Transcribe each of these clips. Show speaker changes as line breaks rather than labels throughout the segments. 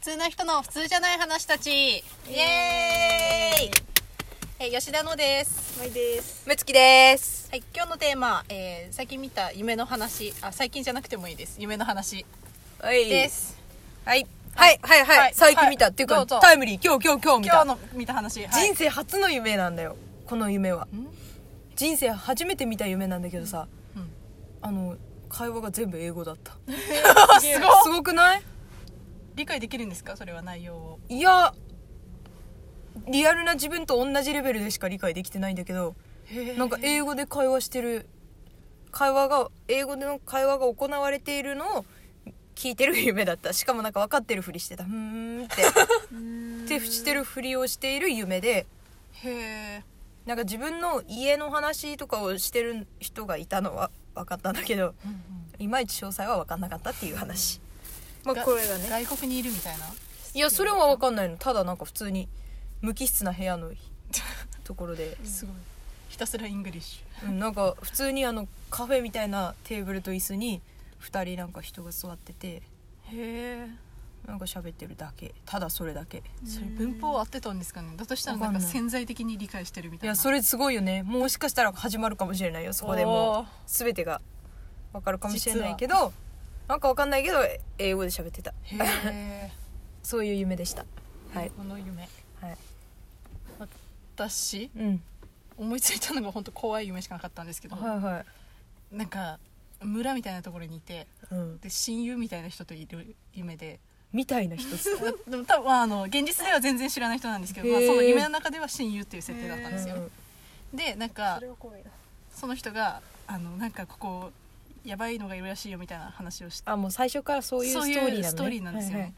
通な人の普通じゃない話たちイエーイえー吉田のです
まいです。
むつきです。
はい今日のテーマ、えー最近見た夢の話あ最近じゃなくてもいいです夢の話
はい
で、
ですはい。はい、はい、
は
はいい。最近見た。
はい
っていう
ど
か、
うぞ
タイムリー。今日、今日、今日見
今日
た。
の見た話、はい
人生初の夢なんだよ。この夢は。人生初めて見た夢なんだけどさ
うんうん、
あの、会話が全部英語だった。
す
す
ごい
ごくない
理解できるんですかそれは内容を
いや、リアルな自分と同じレベルでしか理解できてないんだけど、なんか英語で会話してる、会話が、英語での会話が行われているのを聞いてる夢だった。しかもなんか分かってるふりしてた。うー んって。手振してるふりをしている夢で
へえ
なんか自分の家の話とかをしてる人がいたのは分かったんだけど、いまいち詳細は分かんなかったっていう話
まあ、これがね。
外国にいるみたいない
やそれは分かんないのただなんか普通に無機質な部屋のところで、
すごいひたすらイングリッシ
うん、なんか普通にあのカフェみたいなテーブルと椅子に2人なんか人が座ってて
ュへえ
なんか喋ってるだけただそれだけ
それ文法合ってたんですかねだとしたらなん
わ
か
かんない
潜在的に理解してるみたい
い
な
やそれすごいよねもしかしたら始まるかもしれないよそこで
おー
もう全てが分かるかもしれないけどなんか分かんないけど英語で喋ってた
へえ
そういう夢でした はい
この夢
はい
私
うん
思いついたのが本当怖い夢しかなかったんですけど、
はいはい
なんか村みたいなところにいて
うん
で親友みたいな人といる夢で
みたいな一つ
でも多分まああの現実では全然知らない人なんですけど、まあ、
へー
その夢の中では親友っていう設定だったんですよ、
うん
でなんか
それは怖いな。
その人があのなんかここやばいのがいるらしいよみたいな話をして
あもう最初からそういうストーリーなの
そういう
ね
ストーリーなんですよね、
はいはい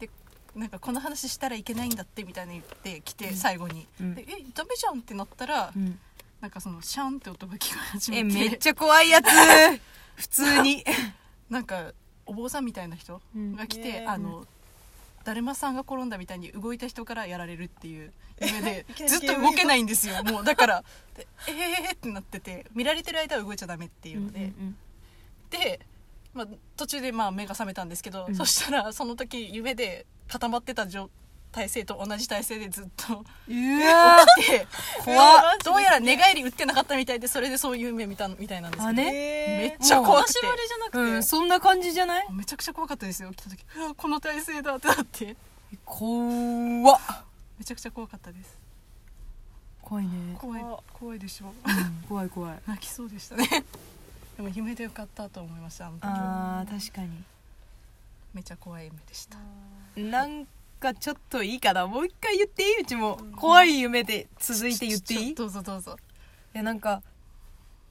でなんかこの話したらいけないんだってみたいな言ってきて最後に「
うん
でえダメじゃん」ってなったら、
うん
なんかそのシャンって音が聞こえ始め
え
て
めっちゃ怖いやつ 普通 に
なんかお坊さんみたいな人が来て、
うん
あのだるまさんが転んだみたいに動いた人からやられるっていう夢 で
きなり
ずっと動けないんですよもうだからでえーってなってて見られてる間は動いちゃダメっていうので、で、まあ、途中でまあ目が覚めたんですけど、
うん
そしたらその時夢で固まってた状体勢と同じ体勢でずっと
うわ
起きて
怖っ
うわどうやら寝返り打ってなかったみたいでそれでそういう夢見たみたいなんですけど
あね
めっ
え
ちゃ怖くて
マシュマロじゃなくて、
うんそんな感じじゃない
めちゃくちゃ怖かったですよ起きた時うわこの体勢だってなって
怖っ
めちゃくちゃ怖かったです
怖いね
怖い
怖っ
怖いでしょ
怖い怖い
泣きそうでしたね でも夢でよかったと思いましたあの時
あー確かに
めちゃ怖い夢でした
なんかちょっといいかなもう一回言っていいうちも怖い夢で続いて言っていい
ちょちょどうぞどうぞ
いやなんか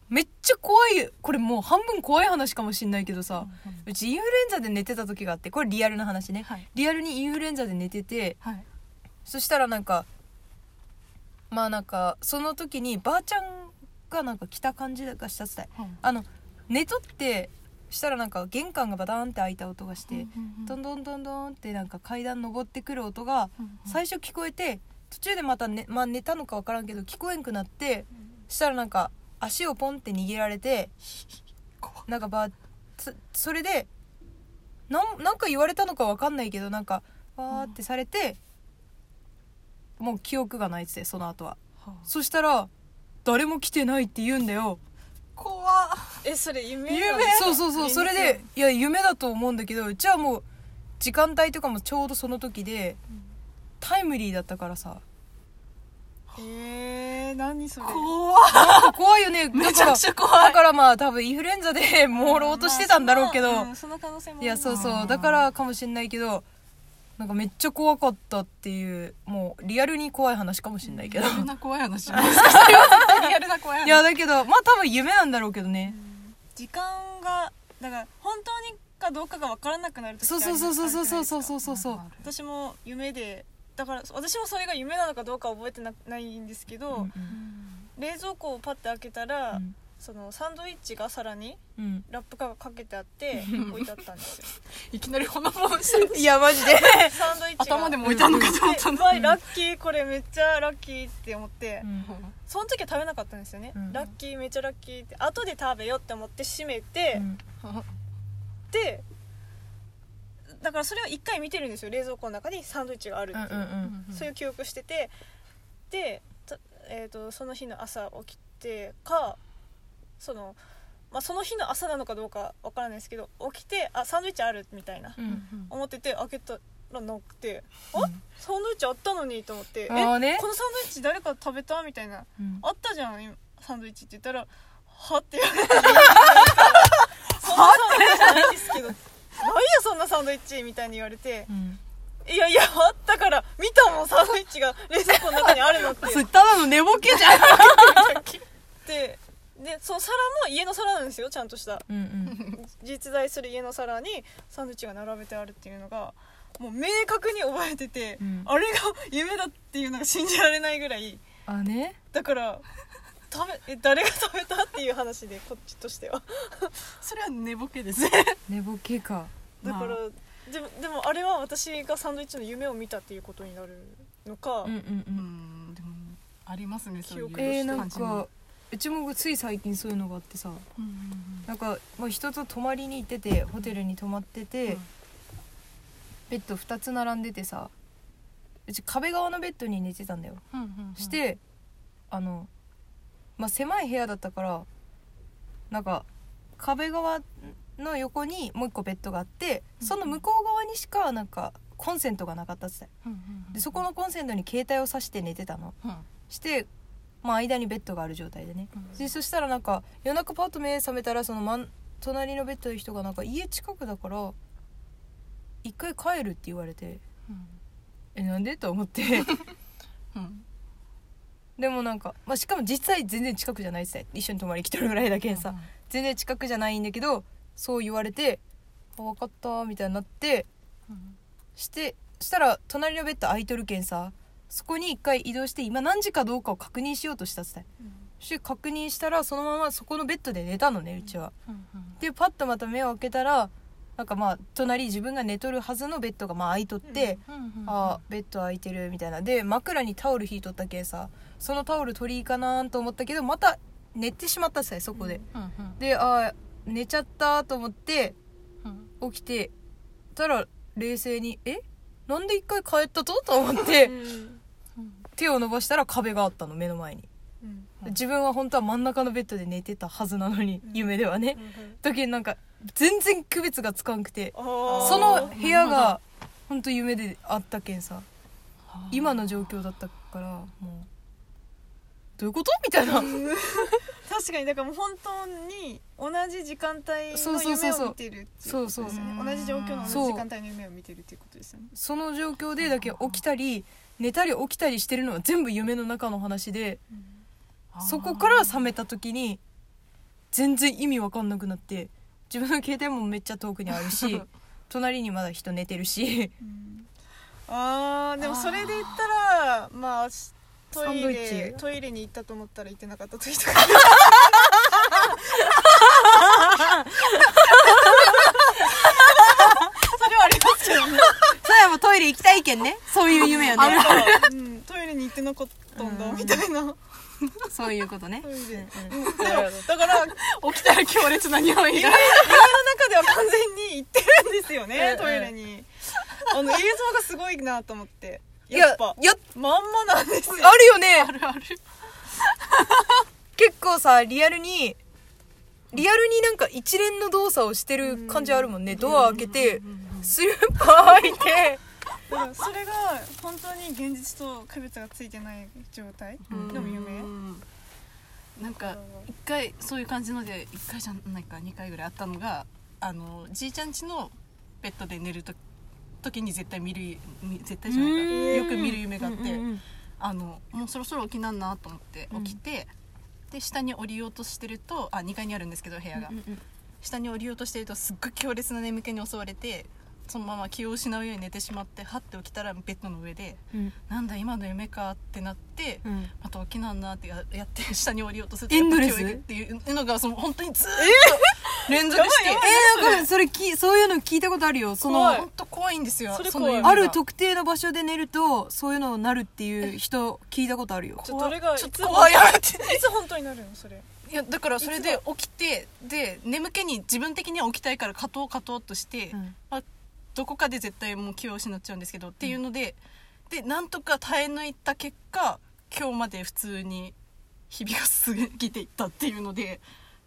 めっちゃ怖いこれもう半分怖い話かもしんないけどさ、うちインフルエンザで寝てた時があってこれリアルな話ね、
はい
リアルにインフルエンザで寝てて
はい
そしたらなんかまあなんかその時にばあちゃんがなんか来た感じがしたってたあの寝とってしたらなんか玄関がバタンって開いた音がして、どんどんどんどんってなんか階段登ってくる音が最初聞こえて途中でまた、ねまあ、寝たのか分からんけど聞こえんくなってしたらなんか足をポンって握られて
怖
なんかばそそれでなんなんか言われたのか分かんないけどなんかわーってされてもう記憶がないっつってその後はそしたら誰も来てないって言うんだよ
怖っ
え、それ夢なの
夢そうそうそうそれでいや夢だと思うんだけどうちはもう時間帯とかもちょうどその時で、タイムリーだったからさ
えー、何それ。
怖っ
なんか怖いよね だ
めち
か
ゃ
ら
くちゃ怖
だ
い
からまあ多分インフルエンザで朦朧としてたんだろうけど、
まあそのうんその可能性もあ
い
るな
やそうそうだからかもしんないけどなんかめっちゃ怖かったっていうもうリアルに怖い話かもしんないけど、
リアルな怖い話リアルな怖い話
いやだけどまあ多分夢なんだろうけどね、
時間が、だから、本当にかどうかが分からなくなる時って
そ
あ
う
る
そうそうそうそうそうそう
う。
そうそうそう
私も夢で、だから、私もそれが夢なのかどうかは覚えてなないんですけど、
うん
冷蔵庫をパッて開けたら、
うん
そのサンドイッチがさらに
うん
ラップがかけてあ って置いてあったんですよ
いきなりほのぼのして
いやマジで
サンドイッチが
頭でも置いたのか と思ったん
で
だ
わいラッキーこれめっちゃラッキーって思って、
うん
その時は食べなかったんですよね、
うん
ラッキーめっちゃラッキーって後で食べようって思って閉めて、
うん
でだからそれを一回見てるんですよ冷蔵庫の中にサンドイッチがあるっ
う
て
ん
いうう、
ん
そういう記憶しててで、たえー、とその日の朝起きてかその,、まあ、その日の朝なのかどうかわからないですけど起きてあサンドイッチあるみたいな、
うんうん
思ってて開けたらなくてあサンドイッチあったのにと思って
あ
「えこ
ー
のサンドイ
ね
ッチ誰か食べた?」みたいな
うん
「あったじゃん今サンドイッチ」って言ったら「は?」って言われ て「そんなサンドイッチじゃないですけど」何やそんなサンドイッチみたいに言われて
うん
「いやいやあったから見たもんサンドイッチが冷蔵庫の中にあるの」って
それただの寝ぼけじゃん
ででその皿も家の皿なんですよちゃんとした
うんうん
実在する家の皿にサンドイッチが並べてあるっていうのがもう明確に覚えてて、
うん
あれが夢だっていうのが信じられないぐらい
あね
だから食べえ誰が食べたっていう話でこっちとしては
それは寝ぼけですね
寝ぼけか
だか
ま
ら、でもでもあれは私がサンドイッチの夢を見たっていうことになるのか、
うんうんう
うんんでもありますねそういう
記憶と
えー、
して
な
感
ん
じの
かうちもつい最近そういうのがあってさ
うんうんうん
なんか、まあ、人と泊まりに行っててホテルに泊まってて、
うん
ベッド2つ並んでてさうち壁側のベッドに寝てたんだよ、してあの、まあ、狭い部屋だったからなんか壁側の横にもう一個ベッドがあって
うん
その向こう側にしかなんかコンセントがなかったっつってでそこのコンセントに携帯を挿して寝てたの
うん
して、まあ、間にベッドがある状態でね
うん
でそしたらなんか夜中パッと目覚めたらその真ん隣のベッドの人がなんか家近くだから一回帰るって言われてえなんでと思って
うん
でもなんか、まあ、しかも実際全然近くじゃないっすね一緒に泊まり来てるぐらいだけさ、全然近くじゃないんだけどそう言われて「あ分かった」みたいになって
うん
してしたら隣のベッド空いとるけんさそこに一回移動して今何時かどうかを確認しようとしたっつってして確認したらそのままそこのベッドで寝たのねうちは。
うんうん
でパッとまた目を開けたらなんかまあ隣自分が寝とるはずのベッドがまあ空いとって、
うん
あーベッド空いてるみたいなで枕にタオル引いとったけさそのタオル取りいかなーんと思ったけどまた寝てしまったっすねそこで、
うんうん
であー寝ちゃったーと思って
うん
起きてたら冷静に「えなんで一回帰ったと?」と思って
うん
うん
手を伸ばしたら壁があったの目の前に
うん
うん
自分は本当は真ん中のベッドで寝てたはずなのに
うん
夢ではね
うん
時になんか全然区別がつかんくて
あー
その部屋が本当夢であったけんさ今の状況だったからもうどういうことみたい な
確かにだからもう本当に同じ時間帯
そう
の
そうそう
夢
そう
を見てるってい
そうそう
ことですよ
そう
ね同じ状況の
そう
同じ時間帯の夢を見てるっていうことですよね
その状況でだけ起きたり寝たり起きたりしてるのは全部夢の中の話でそこから覚めた時に全然意味わかんなくなって自分の携帯もめっちゃ遠くにあるし 隣にまだ人寝てるし
うんあーでもそれで言ったらまあト
サン
イ
ドイッ
レ
チ
トイレに行ったと思ったら行ってなかった時とかそれはありますけどね
それはもうトイレ行きたいけんねそういう夢よ
あるから、うん、トイレに行ってなかったんだみたいな
そういうことね
トイレ
うん
でもだから
起きたら強烈な匂いが
中では完全に行ってるんですよ
う
ね
ん
トイレにあの映像がすごいなと思って
いや
やっぱ
やっ
まんまなんですよ
あるよね
あるある
結構さリアルにリアルになんか一連の動作をしてる感じあるもんねドア開けてスーパー開いて
だからそれが本当に現実と区別がついてない状態
うん
でも夢
うんなんか一回そういう感じので一回じゃないか二回ぐらいあったのがあのじいちゃん家のベッドで寝ると時に絶対見るみ絶対じゃないかよく見る夢があって、あのもうそろそろ起きなんなと思って
うん
起きて、で下に降りようとしてるとあ2階にあるんですけど部屋が、下に降りようとしてるとすっごい強烈な眠気に襲われてそのまま気を失うように寝てしまってはって起きたらベッドの上でなんだ今の夢かってなって、あと起きなんなってややって下に降りようとすると
エンドレス
やっぱ教育っていうのがその本当にずーっと連続して、
えー、なんかそれきそういうの聞いたことあるよそ
怖い
の
本当怖いんですよ
それ
その
怖い
夢が
ある特定の場所で寝るとそういうのになるっていう人聞いたことあるよ
ちょっとどれが
ちょっ
い
と
つも
怖いやめて
いつ本当になるのそれ
いやだからそれで起きてで眠気に自分的には起きたいから勝とう勝とうとして、
うん
まあ、どこかで絶対もう気を失っちゃうんですけど、っていうのででなんとか耐え抜いた結果今日まで普通に日々が過ぎていったっていうので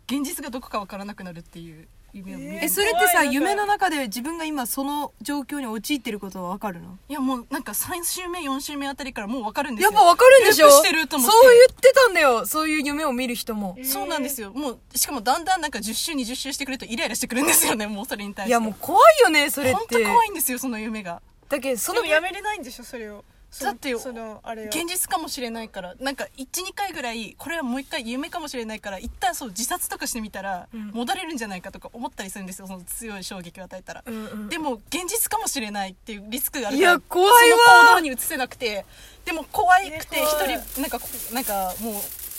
現実がどこかわからなくなるっていう夢を見る、
えー
えそれってさ
怖いなんか
夢の中で自分が今その状況に陥ってることは分かるの
いやもうなんか3週目4週目あたりからもうわかるんです
や
よ
っぱ分かるんでしょ
ルー
そう
プして
言
る
っ
と思って
てたんだよそういう夢を見る人も
そうなんですよもうしかもだんだんなんか10週20週してくるとイライラしてくるんですよねもうそれに対して
いやもう怖いよねそれっ
本当
て
怖いんですよその夢が
だけどそ
で
の
もやめれないんでしょそれをその
だってよ
そのあれを
現実かもしれないからなんか12回ぐらいこれはもう一回夢かもしれないから一旦そう自殺とかしてみたら
うん
戻れるんじゃないかとか思ったりするんですよその強い衝撃を与えたら、
うんうん
でも現実かもしれないっていうリスクがある
い
から
や怖いわ
その行動に移せなくてでも怖いくて
いや
一
怖い
人なんかこなんかもう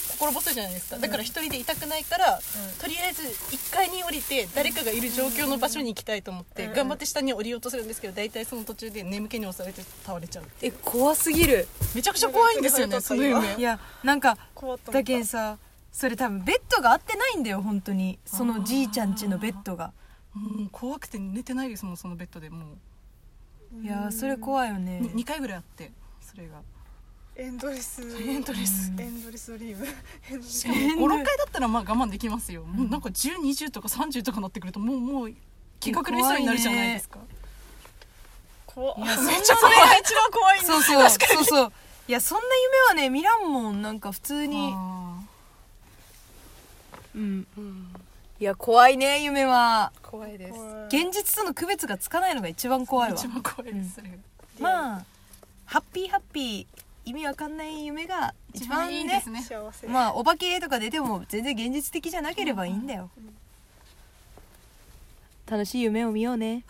心細いじゃないですかだから一人でいたくないから、とりあえず1階に降りて誰かがいる状況の場所に行きたいと思って、
うん
頑張って下に降りようとするんですけど大体その途中で眠気に襲われて倒れちゃう
え怖すぎる
めちゃくちゃ怖いんですよねその夢
いやなんか
怖っと思
だ
った
けんさそれ多分ベッドが合ってないんだよ本当にそのじいちゃん家のベッドが
もう怖くて寝てないですもんそのベッドでも
いやーそれ怖いよ
う
ね
に2回ぐらいあってそれが
エンドレス
エントです
エンドレスドリームエンドレス
しかも
変
56
だ
回だったらまあ我慢できますよ、もうなんか1020とか30とかなってくるともうもう気が狂いそうになるじゃないですか、
怖っ
いや そんな
めっちゃそれが一番怖いんだ
そう そうそうそういやそんな夢はね見らんもんなんか普通に
あ
うん
ーうん
いや怖いね夢は
怖いです
怖い
現実との区別がつかないのが一番怖いわ
一番怖いです、それが
まあハッピーハッピー意味わかんない夢が一
一
番
番
ね
いいですね
幸せ
まあお化けとか出ても全然現実的じゃなければいいんだよ楽しい夢を見ようね